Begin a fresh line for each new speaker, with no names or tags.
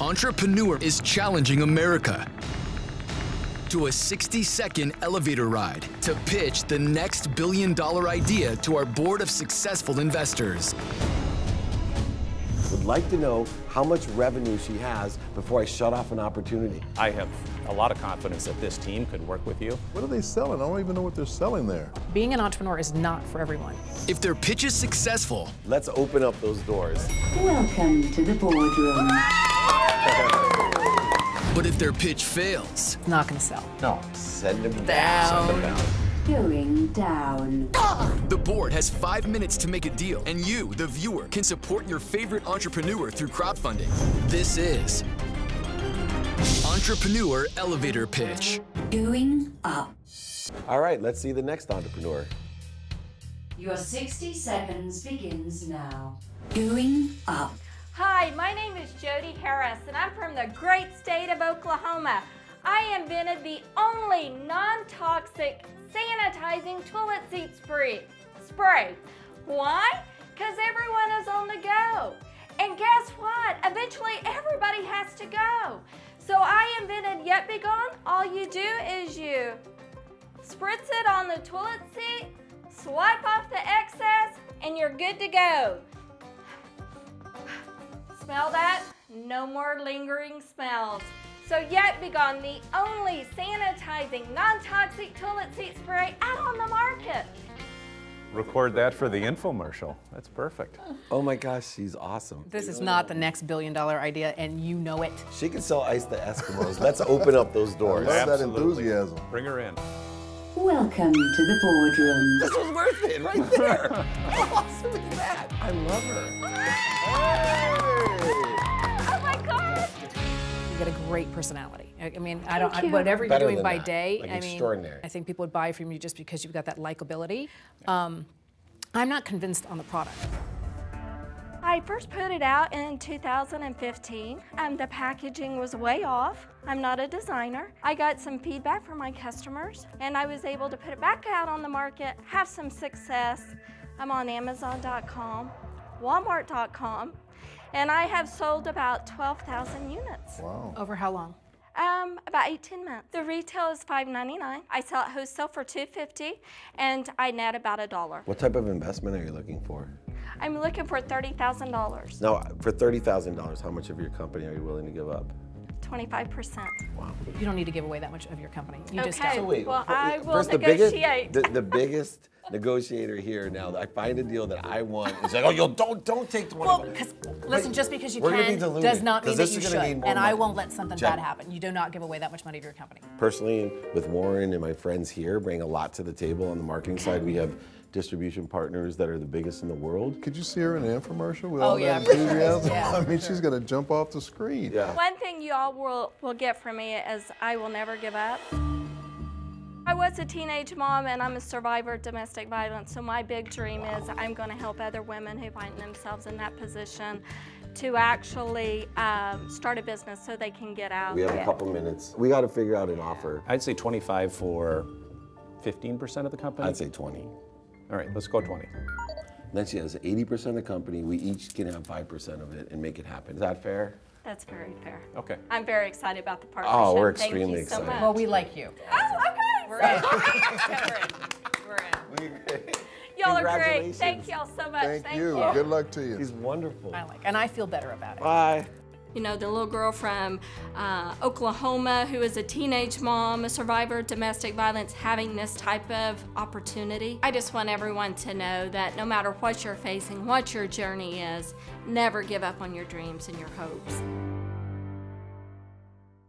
Entrepreneur is challenging America to a 60 second elevator ride to pitch the next billion dollar idea to our board of successful investors.
Would like to know how much revenue she has before I shut off an opportunity.
I have a lot of confidence that this team could work with you.
What are they selling? I don't even know what they're selling there.
Being an entrepreneur is not for everyone.
If their pitch is successful,
Let's open up those doors.
Welcome to the boardroom.
but if their pitch fails,
It's not going to sell.
No. Send them down. Send them down.
Going down.
the board has five minutes to make a deal, and you, the viewer, can support your favorite entrepreneur through crowdfunding. This is Entrepreneur Elevator Pitch.
Going up.
All right, let's see the next entrepreneur.
Your 60 seconds begins now. Going up.
Hi, my name is Jody Harris, and I'm from the great state of Oklahoma. I invented the only non toxic sanitizing toilet seat spray. spray. Why? Because everyone is on the go. And guess what? Eventually, everybody has to go. So I invented Yet Be Gone. All you do is you spritz it on the toilet seat, swipe off the excess, and you're good to go. Smell that? No more lingering smells. So Yet Begone, the only sanitizing, non-toxic toilet seat spray out on the market.
Record that for the infomercial. That's perfect.
Oh my gosh, she's awesome.
This is not the next billion dollar idea, and you know it.
She can sell ice to Eskimos. Let's open up those doors.
Love that
Absolutely.
enthusiasm.
Bring her in.
Welcome to the boardroom.
This was worth it right there. awesome, look at that. I love her.
Oh my God!
You got a great personality. I I mean, I don't. I,
you.
whatever
Better
you're doing
than
by
that.
day,
Like
I mean,
extraordinary.
I think people would buy from you just because you've got that likability. Um, I'm not convinced on the product.
I first put it out in 2015. Um, the packaging was way off. I'm not a designer. I got some feedback from my customers, and I was able to put it back out on the market, have some success. I'm on Amazon.com, Walmart.com, and I have sold about 12,000 units.
Over how long?
Um, about 18 months. The retail is $5.99. I sell it wholesale for $2.50, and I net about a dollar.
What type of investment are you looking for?
I'm looking for $30,000,
Now, for $30,000, how much of your company are you willing to give up?
25%.
You don't need to give away that much of your company. You just
Okay.
don't.
Wait, Well, I will
first, the
negotiate.
Biggest, the, the biggest negotiator here now, I find a deal that I want. It's like, oh, yo, don't, don't take the one.
Well, because listen, just because you
We're gonna be
can
diluted,
does not
'cause
mean that
this
you
is
should.
gonna need
And
more
I
money.
won't let something
Jack-
bad happen. You do not give away that much money of your company.
personally and with Warren and my friends here bring a lot to the table on the marketing side. We have distribution partners that are the biggest in the world.
Could you see her in an infomercial with
Oh,
all
yeah,
that
for sure.
enthusiasm?
Yeah,
I mean, she's gonna jump off the screen.
Yeah.
One thing you all will, will get from me is I will never give up. I was a teenage mom and I'm a survivor of domestic violence, so my big dream is I'm going to help other women who find themselves in that position to actually um, start a business so they can get out.
We have a couple minutes. We got to figure out an offer.
I'd say 25 for 15% of the company.
I'd say 20.
All right, let's go 20.
Then she has 80% of the company. We each can have 5% of it and make it happen. Is that fair?
That's very fair.
Okay.
I'm very excited about the partnership.
Oh, we're
Thank you
extremely
so
excited.
much.
Well, we like you.
oh, okay. We're in. We're in. Y'all are great.
Congratulations.
Thank y'all so much.
Thank, you. Good luck to you.
He's wonderful.
I like, and I feel better about it.
Bye.
you know, the little girl from uh, Oklahoma who is a teenage mom, a survivor of domestic violence, having this type of opportunity. I just want everyone to know that no matter what you're facing, what your journey is, never give up on your dreams and your hopes.